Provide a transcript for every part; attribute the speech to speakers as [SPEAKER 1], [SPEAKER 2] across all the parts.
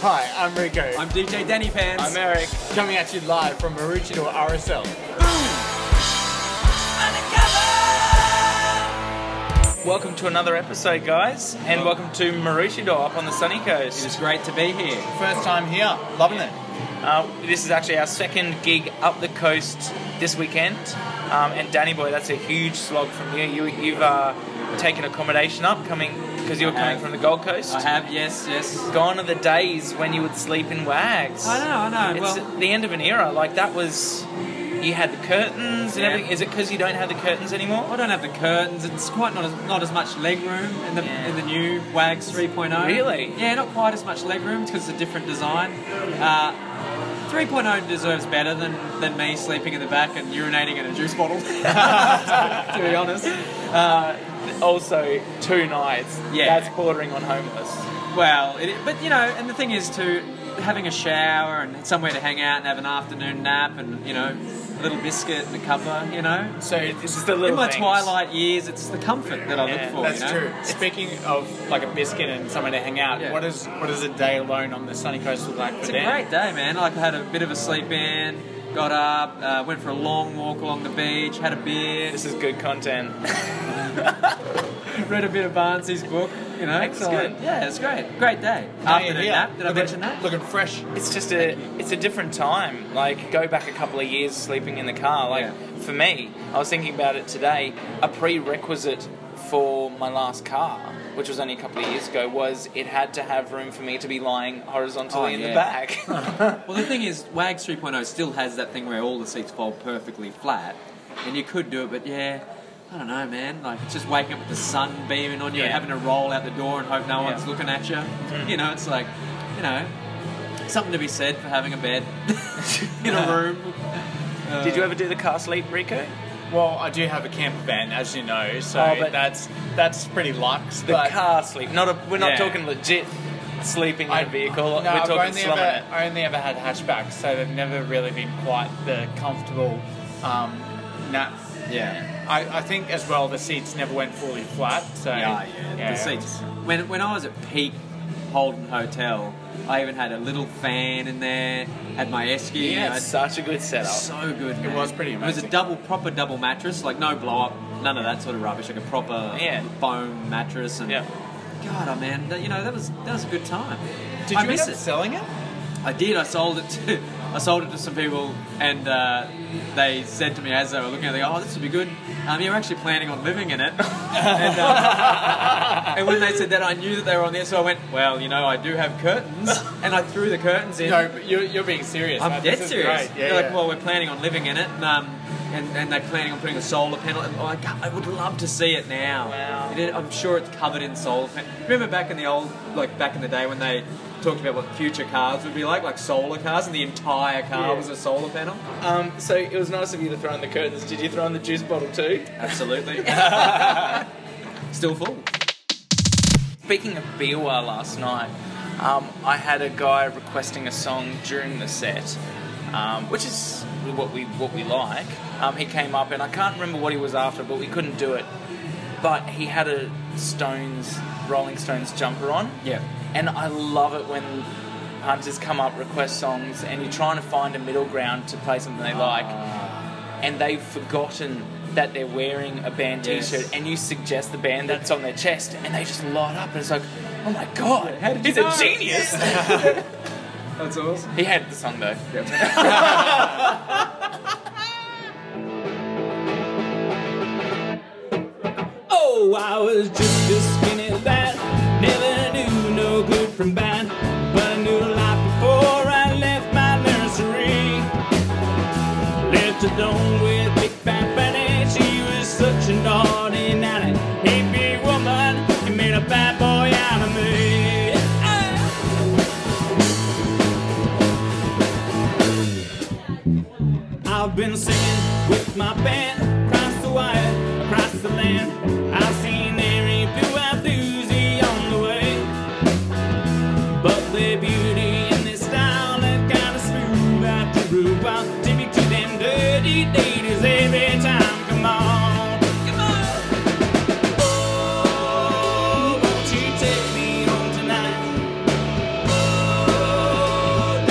[SPEAKER 1] Hi, I'm Rico.
[SPEAKER 2] I'm DJ Denny Pants.
[SPEAKER 3] I'm Eric.
[SPEAKER 1] coming at you live from Maroochydore RSL.
[SPEAKER 3] Welcome to another episode, guys, and welcome to Maroochydore up on the sunny
[SPEAKER 2] It
[SPEAKER 3] coast.
[SPEAKER 2] is great to be here.
[SPEAKER 1] First time here, loving it.
[SPEAKER 3] Uh, this is actually our second gig up the coast this weekend, um, and Danny Boy, that's a huge slog from you. you you've uh, taken accommodation up, coming because you were coming
[SPEAKER 2] have.
[SPEAKER 3] from the Gold Coast.
[SPEAKER 2] I have, yes, yes.
[SPEAKER 3] Gone are the days when you would sleep in Wags.
[SPEAKER 2] I know, I know.
[SPEAKER 3] It's
[SPEAKER 2] well,
[SPEAKER 3] the end of an era. Like that was, you had the curtains and
[SPEAKER 2] Yeah.
[SPEAKER 3] everything. Is it because you don't have the curtains anymore?
[SPEAKER 2] I don't have the curtains. It's quite not as, not as much leg room in the
[SPEAKER 3] Yeah.
[SPEAKER 2] in the new Wags 3.0.
[SPEAKER 3] Really?
[SPEAKER 2] Yeah, not quite as much leg room because it's a different design. Uh, 3.0 deserves better than, than me sleeping in the back and urinating in a juice bottle. to be honest.
[SPEAKER 3] also two nights.
[SPEAKER 2] Yeah.
[SPEAKER 3] That's bordering on homeless.
[SPEAKER 2] Well, it, but you know, and the thing is too, having a shower and somewhere to hang out and have an afternoon nap and you know, a little biscuit and a cuppa, you know.
[SPEAKER 3] So this is the little
[SPEAKER 2] In my
[SPEAKER 3] things.
[SPEAKER 2] twilight years, it's the comfort that I
[SPEAKER 3] Yeah,
[SPEAKER 2] look for.
[SPEAKER 4] That's
[SPEAKER 2] you know?
[SPEAKER 4] true. Speaking of like a biscuit and somewhere to hang out,
[SPEAKER 2] Yeah.
[SPEAKER 4] what is what is a day alone on the sunny coast look like for
[SPEAKER 2] It's a
[SPEAKER 4] Dan?
[SPEAKER 2] great day, man. Like I had a bit of a sleep in, got up, uh, went for a long walk along the beach, had a beer,
[SPEAKER 3] This is good content.
[SPEAKER 2] read a bit of Barnsley's book. You know,
[SPEAKER 3] That's
[SPEAKER 2] so,
[SPEAKER 3] good.
[SPEAKER 2] Yeah, it's great. Great day.
[SPEAKER 4] Now you're
[SPEAKER 2] Afternoon
[SPEAKER 4] here,
[SPEAKER 2] nap. Did I
[SPEAKER 4] looking-
[SPEAKER 2] mention that?
[SPEAKER 4] Looking fresh.
[SPEAKER 3] It's just a it's a different time. Like go back a couple of years sleeping in the car. Like
[SPEAKER 2] Yeah.
[SPEAKER 3] for me, I was thinking about it today. A prerequisite for my last car, which was only a couple of years ago, was it had to have room for me to be lying horizontally
[SPEAKER 2] Oh,
[SPEAKER 3] in the
[SPEAKER 2] yeah.
[SPEAKER 3] back.
[SPEAKER 2] Well, the thing is, WAGS 3.0 still has that thing where all the seats fold perfectly flat, and you could do it, but yeah, I don't know, man. Like, it's just waking up with the sun beaming on you and
[SPEAKER 3] Yeah.
[SPEAKER 2] having to roll out the door and hope no
[SPEAKER 3] Yeah. Mm.
[SPEAKER 2] one's looking at you. You know, it's like, you know, something to be said for having a bed in a room.
[SPEAKER 3] Did you ever do the car sleep, Rico?
[SPEAKER 4] Well, I do have a camper van, as you know, so
[SPEAKER 3] Oh, but-
[SPEAKER 4] that's that's pretty luxe.
[SPEAKER 3] The
[SPEAKER 4] but
[SPEAKER 3] car sleep. Not a. We're not
[SPEAKER 4] Yeah.
[SPEAKER 3] talking legit sleeping in
[SPEAKER 4] I-
[SPEAKER 3] a vehicle.
[SPEAKER 4] No,
[SPEAKER 3] we're
[SPEAKER 4] I've
[SPEAKER 3] talking
[SPEAKER 4] only
[SPEAKER 3] slumming
[SPEAKER 4] ever,
[SPEAKER 3] it.
[SPEAKER 4] I only ever had hatchbacks, so they've never really been quite the comfortable um, nap.
[SPEAKER 2] Yeah.
[SPEAKER 4] I, I think as well the seats never went fully flat. So
[SPEAKER 2] Yeah, yeah, the seats. When, when I was at peak Holden Hotel, I even had a little fan in there, had my Esky.
[SPEAKER 3] Yeah,
[SPEAKER 2] I'd-
[SPEAKER 3] it's such a good setup.
[SPEAKER 2] So good. man.
[SPEAKER 4] was pretty
[SPEAKER 2] It was a
[SPEAKER 4] amazing.
[SPEAKER 2] double, proper double mattress, like no blow up, none of that sort of rubbish. Like a proper
[SPEAKER 3] Yeah.
[SPEAKER 2] foam mattress. And
[SPEAKER 3] Yeah.
[SPEAKER 2] God, oh man, that, you know that was that was a good time.
[SPEAKER 4] Did
[SPEAKER 2] I
[SPEAKER 4] you
[SPEAKER 2] miss
[SPEAKER 4] end up
[SPEAKER 2] it.
[SPEAKER 4] selling it?
[SPEAKER 2] I did. I sold it to I sold it to some people, and uh, they said to me as they were looking at it, "Oh, this would be good." Um, you're actually planning on living in it. and, uh, and when they said that, I knew that they were on there, so I went, "Well, you know, I do have curtains," and I threw the curtains in.
[SPEAKER 4] No, but you're, you're being serious.
[SPEAKER 2] I'm
[SPEAKER 4] man.
[SPEAKER 2] dead
[SPEAKER 4] This is
[SPEAKER 2] serious.
[SPEAKER 4] great.
[SPEAKER 2] They're
[SPEAKER 4] Yeah,
[SPEAKER 2] like,
[SPEAKER 4] yeah.
[SPEAKER 2] well, we're planning on living in it, and, um, and, and they're planning on putting a solar panel. And, oh, I, ca- I would love to see it now.
[SPEAKER 3] Wow.
[SPEAKER 2] It is- I'm sure it's covered in solar panels. Remember back in the old, like back in the day when they talked about what future cars would be like, like solar cars, and the entire car
[SPEAKER 3] Yeah.
[SPEAKER 2] was a solar panel.
[SPEAKER 3] Um, so it was nice of you to throw in the curtains. Did you throw in the juice bottle too?
[SPEAKER 2] Absolutely. Still full.
[SPEAKER 3] Speaking of Biwa last night, um, I had a guy requesting a song during the set, um, which is what we what we like. Um, he came up and I can't remember what he was after, but we couldn't do it. But he had a Stones Rolling Stones jumper on.
[SPEAKER 2] Yeah.
[SPEAKER 3] And I love it when punters come up, request songs, and you're trying to find a middle ground to play something they like, and they've forgotten that they're wearing a band
[SPEAKER 2] Yes.
[SPEAKER 3] T-shirt, and you suggest the band that's on their chest, and they just light up, and it's like, oh my god,
[SPEAKER 2] How did
[SPEAKER 3] he's
[SPEAKER 2] you
[SPEAKER 3] a
[SPEAKER 2] know?"
[SPEAKER 3] genius.
[SPEAKER 2] That's awesome.
[SPEAKER 3] he had the song though.
[SPEAKER 5] Oh, I was just a skinny lad. Never knew no good from bad. But I knew a lot before I left my nursery. Left alone with Big Fat Fanny. She was such a naughty nanny. Hippie woman, you made a bad boy out of me. Ah! I've been singing with my band across the wire, across the land. I've seen every blue-eyed doozy on the way, but their beauty and their style have got us smooth out the roof. I'll tip it to them dirty ladies every time. Come on, come on. Oh, won't you take me home tonight? Oh,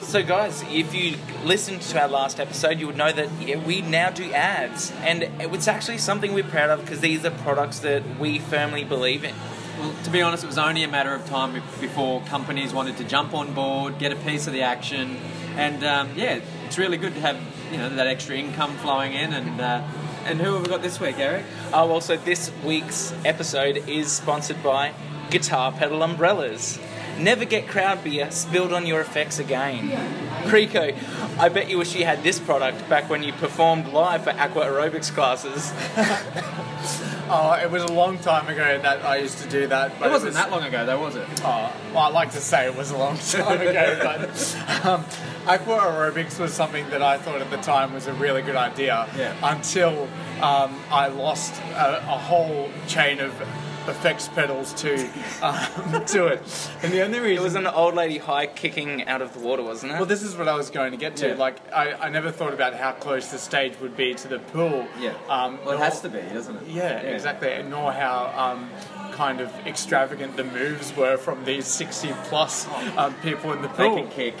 [SPEAKER 3] Also, guys, if you listened to our last episode, you would know that yeah, we now do ads, and it's actually something we're proud of because these are products that we firmly believe in.
[SPEAKER 2] Well, to be honest, it was only a matter of time be- before companies wanted to jump on board, get a piece of the action, and um, yeah, it's really good to have you know that extra income flowing in. And uh, and who have we got this week, Eric?
[SPEAKER 3] Oh, also, this week's episode is sponsored by Guitar Pedal Umbrellas. Never get crowd beer spilled on your effects again. Creco, I bet you wish you had this product back when you performed live for aqua aerobics classes.
[SPEAKER 1] Oh, it was a long time ago that I used to do that. But
[SPEAKER 2] It wasn't
[SPEAKER 1] was-
[SPEAKER 2] that long ago, though, was it?
[SPEAKER 1] Oh, well, I like to say it was a long time ago, but um, aqua aerobics was something that I thought at the time was a really good idea.
[SPEAKER 2] Yeah.
[SPEAKER 1] Until um, I lost a, a whole chain of effects pedals to um, to it, and the only reason
[SPEAKER 3] It was an old lady high kicking out of the water, wasn't it?
[SPEAKER 1] Well, this is what I was going to get to.
[SPEAKER 2] Yeah.
[SPEAKER 1] Like, I, I never thought about how close the stage would be to the pool. Um,
[SPEAKER 2] well, it
[SPEAKER 1] nor-
[SPEAKER 2] has to be, doesn't it?
[SPEAKER 1] Yeah, exactly. And nor how um, kind of extravagant the moves were from these 60 plus um, people in the
[SPEAKER 2] They
[SPEAKER 1] pool.
[SPEAKER 2] can kick.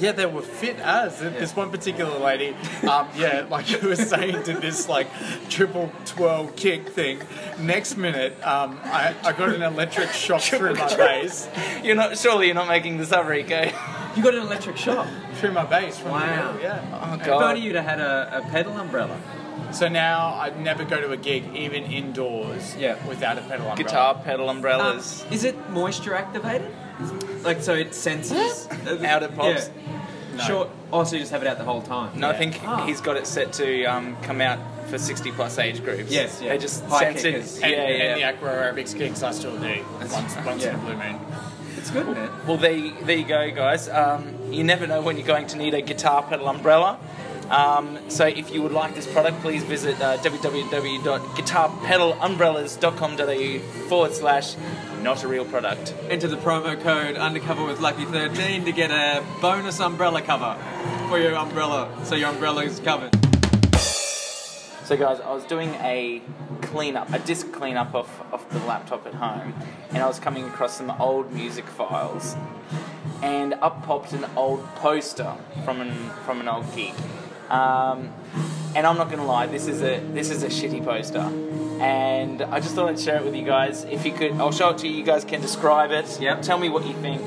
[SPEAKER 1] Yeah, they were fit as. This one particular lady, um, yeah, like you were saying, did this like triple twirl kick thing. Next minute, um, I, I got an electric shock through my base.
[SPEAKER 3] You're not surely you're not making this up, Rico.
[SPEAKER 2] You got an electric shock.
[SPEAKER 1] Through my base from the
[SPEAKER 2] Wow.
[SPEAKER 1] middle, yeah.
[SPEAKER 3] Oh
[SPEAKER 2] If
[SPEAKER 3] god.
[SPEAKER 2] only you'd have had a, a pedal umbrella.
[SPEAKER 1] So now I'd never go to a gig, even indoors,
[SPEAKER 2] Yeah.
[SPEAKER 1] without a pedal umbrella.
[SPEAKER 3] Guitar pedal umbrellas.
[SPEAKER 2] Um, is it moisture activated? Like, so it senses.
[SPEAKER 3] Out it pops?
[SPEAKER 2] Yeah. Sure. Oh, so you just have it out the whole time?
[SPEAKER 3] no, I think
[SPEAKER 2] Ah.
[SPEAKER 3] he's got it set to um, come out for 60 plus age groups.
[SPEAKER 2] Yes, yeah.
[SPEAKER 3] They just
[SPEAKER 2] High
[SPEAKER 3] sense it.
[SPEAKER 2] kickers.
[SPEAKER 3] Yeah,
[SPEAKER 1] And,
[SPEAKER 3] yeah.
[SPEAKER 1] and the aqua aerobics gigs I still do once, once
[SPEAKER 2] yeah.
[SPEAKER 1] in a blue moon.
[SPEAKER 2] It's good, man.
[SPEAKER 3] Well, there you, there you go, guys. Um, you never know when you're going to need a guitar pedal umbrella. Um, so if you would like this product, please visit uh, www.guitarpedalumbrellas.com.au forward slash not a real product.
[SPEAKER 2] Enter the promo code undercover with lucky 13 to get a bonus umbrella cover for your umbrella, so your umbrella is covered.
[SPEAKER 3] So, guys, I was doing a cleanup, a disk cleanup off, off the laptop at home, and I was coming across some old music files, and up popped an old poster from an from an old gig. Um, and I'm not gonna lie, this is a this is a shitty poster, and I just thought I'd share it with you guys. If you could, I'll show it to you. You guys can describe it.
[SPEAKER 2] Yep.
[SPEAKER 3] Tell me what you think.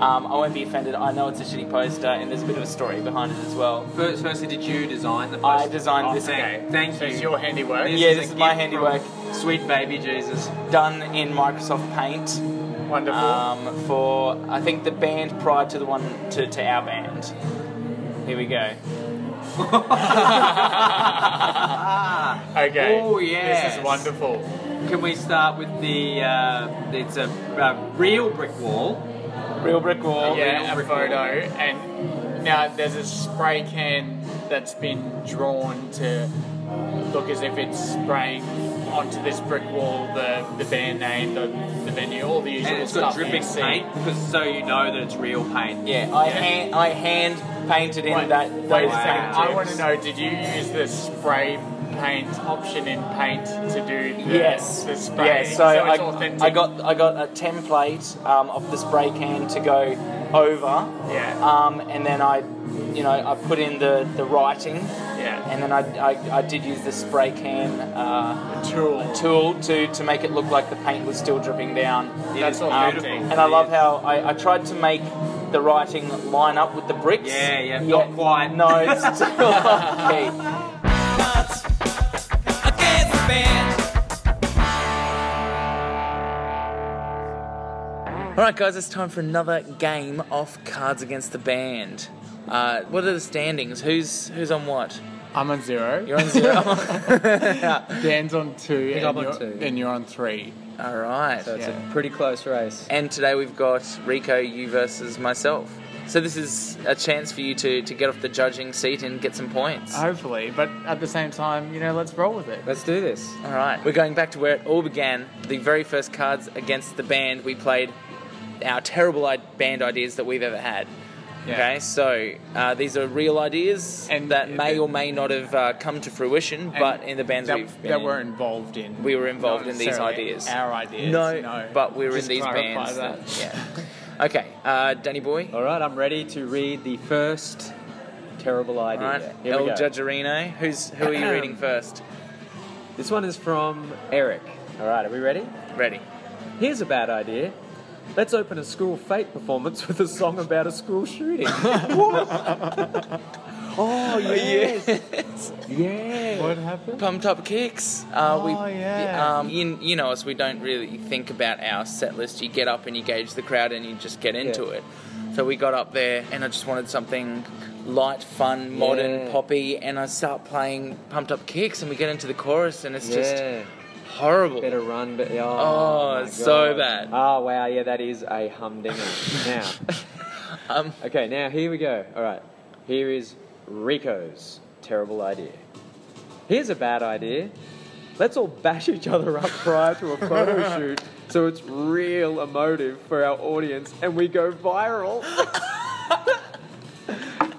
[SPEAKER 3] Um, I won't be offended. I know it's a shitty poster, and there's a bit of a story behind it as well.
[SPEAKER 2] First, firstly, did you design the
[SPEAKER 3] I
[SPEAKER 2] poster?
[SPEAKER 3] designed
[SPEAKER 2] Oh,
[SPEAKER 3] this
[SPEAKER 2] Thank,
[SPEAKER 3] guy.
[SPEAKER 2] thank
[SPEAKER 1] So
[SPEAKER 2] you.
[SPEAKER 1] it's your handiwork.
[SPEAKER 3] Yeah, this
[SPEAKER 2] a
[SPEAKER 3] is
[SPEAKER 2] gift
[SPEAKER 3] my
[SPEAKER 2] from
[SPEAKER 3] handiwork.
[SPEAKER 2] Sweet baby Jesus.
[SPEAKER 3] Done in Microsoft Paint.
[SPEAKER 1] Wonderful.
[SPEAKER 3] um, for I think the band prior to the one to, to our band. Here we go.
[SPEAKER 1] okay.
[SPEAKER 2] oh,
[SPEAKER 1] This
[SPEAKER 2] yes.
[SPEAKER 1] is wonderful.
[SPEAKER 2] Can we start with the? Uh, it's a, uh real brick wall.
[SPEAKER 3] Real brick wall.
[SPEAKER 2] real
[SPEAKER 4] yeah, a
[SPEAKER 2] brick
[SPEAKER 4] photo,
[SPEAKER 2] wall.
[SPEAKER 4] and now there's a spray can that's been drawn to look as if it's spraying onto this brick wall the, the band name, the, the venue, all the usual
[SPEAKER 2] And it's got
[SPEAKER 4] stuff. you
[SPEAKER 2] dripping
[SPEAKER 4] see.
[SPEAKER 2] paint because so you know that it's real paint.
[SPEAKER 3] Yeah, I
[SPEAKER 4] Yeah.
[SPEAKER 3] hand I hand painted in
[SPEAKER 4] Wait,
[SPEAKER 3] that.
[SPEAKER 4] wait a
[SPEAKER 3] those
[SPEAKER 4] second.
[SPEAKER 3] same
[SPEAKER 4] I want to
[SPEAKER 3] tips.
[SPEAKER 4] know: Did you use the spray paint option in Paint to do the,
[SPEAKER 3] Yes.
[SPEAKER 4] the spray?
[SPEAKER 3] Yeah, so,
[SPEAKER 4] it's
[SPEAKER 3] I,
[SPEAKER 4] authentic.
[SPEAKER 3] I got I got a template um, of the spray can to go over,
[SPEAKER 4] yeah,
[SPEAKER 3] um, and then I, you know, I put in the the writing,
[SPEAKER 4] yeah,
[SPEAKER 3] and then I, I, I did use the spray can uh,
[SPEAKER 4] tool.
[SPEAKER 3] tool to to make it look like the paint was still dripping down.
[SPEAKER 4] That's
[SPEAKER 3] Um,
[SPEAKER 4] authentic.
[SPEAKER 3] and I love how I, I tried to make the writing line up with the bricks.
[SPEAKER 2] Yeah, yeah, not quite.
[SPEAKER 3] No, it's still okay. All right, guys, it's time for another game of Cards Against the Band. Uh, what are the standings? Who's who's on what?
[SPEAKER 1] I'm on zero.
[SPEAKER 3] You're on zero.
[SPEAKER 1] Dan's on two. And,
[SPEAKER 2] I'm on
[SPEAKER 1] you're,
[SPEAKER 2] two.
[SPEAKER 1] and you're on three.
[SPEAKER 3] All right.
[SPEAKER 1] it's a Yeah.
[SPEAKER 2] pretty close race.
[SPEAKER 3] And today we've got Rico, you versus myself. So this is a chance for you to, to get off the judging seat and get some points.
[SPEAKER 4] Hopefully, but at the same time, you know, let's roll with it.
[SPEAKER 2] Let's do this.
[SPEAKER 3] All right, we're going back to where it all began. The very first cards against the band we played, our terrible I- band ideas that we've ever had.
[SPEAKER 4] Yeah.
[SPEAKER 3] Okay, so uh, these are real ideas
[SPEAKER 4] And-
[SPEAKER 3] that may or may not have uh, come to fruition, but in the bands
[SPEAKER 1] that,
[SPEAKER 3] we've been
[SPEAKER 1] that
[SPEAKER 3] in,
[SPEAKER 1] were involved in.
[SPEAKER 3] we were involved
[SPEAKER 1] Not
[SPEAKER 3] in these
[SPEAKER 1] necessarily
[SPEAKER 3] ideas.
[SPEAKER 1] Our ideas.
[SPEAKER 3] no,
[SPEAKER 1] no.
[SPEAKER 3] but we were
[SPEAKER 4] Just
[SPEAKER 3] in these
[SPEAKER 4] clarify
[SPEAKER 3] bands.
[SPEAKER 4] that.
[SPEAKER 3] yeah. Okay, uh, Danny Boy.
[SPEAKER 2] All right, I'm ready to read the first terrible
[SPEAKER 3] All
[SPEAKER 2] idea.
[SPEAKER 3] right,
[SPEAKER 2] Here
[SPEAKER 3] El
[SPEAKER 2] we go.
[SPEAKER 3] Judgerino. Who's who are you reading first?
[SPEAKER 2] This one is from Eric. All right, are we ready?
[SPEAKER 3] Ready.
[SPEAKER 2] Here's a bad idea. Let's open a school fate performance with a song about a school shooting. oh yes, yeah.
[SPEAKER 6] What happened?
[SPEAKER 3] Pumped up kicks. Uh, we,
[SPEAKER 6] Oh, yeah.
[SPEAKER 3] Um, you, you know us. We don't really think about our set list. You get up and you gauge the crowd and you just get into it. So we got up there and I just wanted something light, fun, modern,
[SPEAKER 2] Yeah.
[SPEAKER 3] poppy, and I start playing pumped up kicks and we get into the chorus and it's
[SPEAKER 2] Yeah,
[SPEAKER 3] just horrible.
[SPEAKER 2] better run, but oh,
[SPEAKER 3] Oh,
[SPEAKER 2] my
[SPEAKER 3] so
[SPEAKER 2] God.
[SPEAKER 3] bad.
[SPEAKER 2] Oh wow, yeah, that is a humdinger. now,
[SPEAKER 3] Um,
[SPEAKER 2] okay, now here we go. All right, here is Rico's terrible idea. Here's a bad idea. Let's all bash each other up prior to a photo shoot, so it's real emotive for our audience, and we go viral.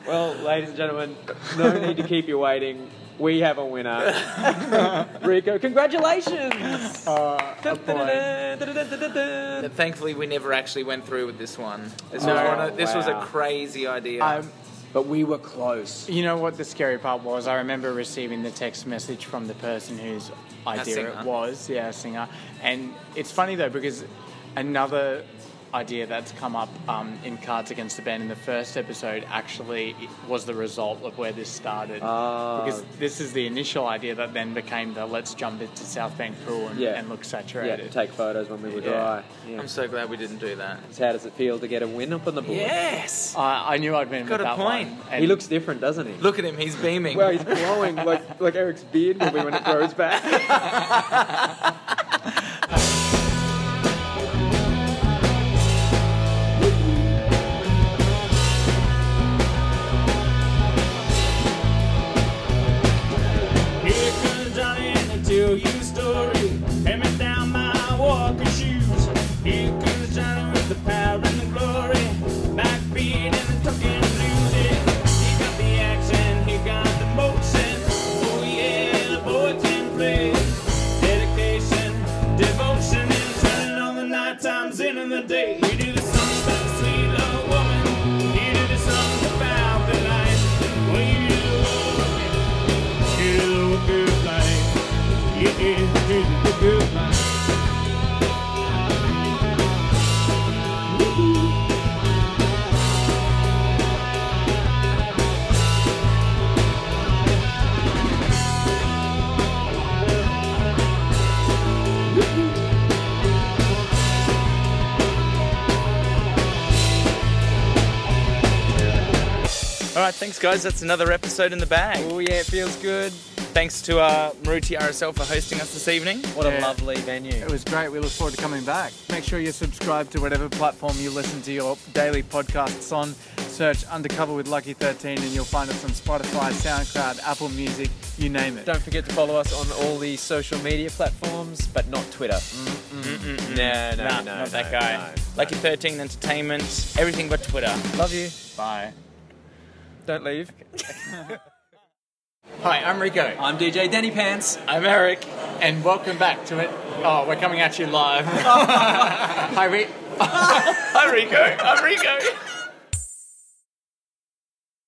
[SPEAKER 2] well, ladies and gentlemen, no need to keep you waiting. We have a winner. Rico, congratulations!
[SPEAKER 3] But thankfully, we never actually went through with this one. This,
[SPEAKER 2] No.
[SPEAKER 3] was, one of, this was
[SPEAKER 2] Oh,
[SPEAKER 3] a
[SPEAKER 2] Wow.
[SPEAKER 3] crazy idea.
[SPEAKER 4] Um,
[SPEAKER 2] but we were close.
[SPEAKER 4] you know what the scary part was? I remember receiving the text message from the person whose idea
[SPEAKER 3] singer.
[SPEAKER 4] it was. Yeah, a singer. And it's funny though because another idea that's come up um, in Cards Against the Band in the first episode actually was the result of where this started.
[SPEAKER 2] Ah.
[SPEAKER 4] Because this is the initial idea that then became the let's jump into South Bank Pool and,
[SPEAKER 2] Yeah.
[SPEAKER 4] and look
[SPEAKER 2] Yeah,
[SPEAKER 4] saturated.
[SPEAKER 2] to take photos when we were
[SPEAKER 4] Yeah.
[SPEAKER 2] dry. Yeah.
[SPEAKER 3] I'm so glad we didn't do that.
[SPEAKER 2] So how does it feel to get a win up on the board?
[SPEAKER 3] Yes!
[SPEAKER 4] I, I knew I'd been
[SPEAKER 3] Got
[SPEAKER 4] with
[SPEAKER 3] a
[SPEAKER 4] that
[SPEAKER 3] point.
[SPEAKER 4] one.
[SPEAKER 2] He looks different, doesn't he?
[SPEAKER 3] Look at him, he's beaming.
[SPEAKER 2] Well, he's glowing like like Eric's beard will be when it grows back.
[SPEAKER 5] Here comes Johnny and to tell you a story. Hand down my walking shoes. Here comes Johnny with the power and the glory. Backbeat and the talking blues. Yeah. He got the action, he got the motion. Oh yeah, the boy can play. Dedication, devotion, and turning on the night times into the day. He do the songs about the sweet little woman. He do the songs about the life. Well, you do you look good like you did look good like
[SPEAKER 3] Alright, thanks guys, that's another episode in the bag.
[SPEAKER 2] oh yeah, it feels good.
[SPEAKER 3] Thanks to uh, Maruti RSL for hosting us this evening.
[SPEAKER 2] What a
[SPEAKER 4] Yeah.
[SPEAKER 2] lovely venue.
[SPEAKER 4] It was great. We look forward to coming back. Make sure you subscribe to whatever platform you listen to your daily podcasts on. Search Undercover with Lucky 13 and you'll find us on Spotify, SoundCloud, Apple Music, you name it.
[SPEAKER 2] Don't forget to follow us on all the social media platforms, but not Twitter. No, no,
[SPEAKER 3] Nah,
[SPEAKER 2] no,
[SPEAKER 3] not that
[SPEAKER 2] no,
[SPEAKER 3] guy.
[SPEAKER 2] no.
[SPEAKER 3] Lucky 13 Entertainment, everything but Twitter.
[SPEAKER 2] Love you.
[SPEAKER 4] Bye.
[SPEAKER 2] Don't leave.
[SPEAKER 4] Hi, I'm Rico.
[SPEAKER 7] I'm DJ Danny Pants.
[SPEAKER 3] I'm Eric.
[SPEAKER 4] And welcome back to it. Oh, we're coming at you live. Hi, Rick.
[SPEAKER 3] Hi Rico. I'm Rico.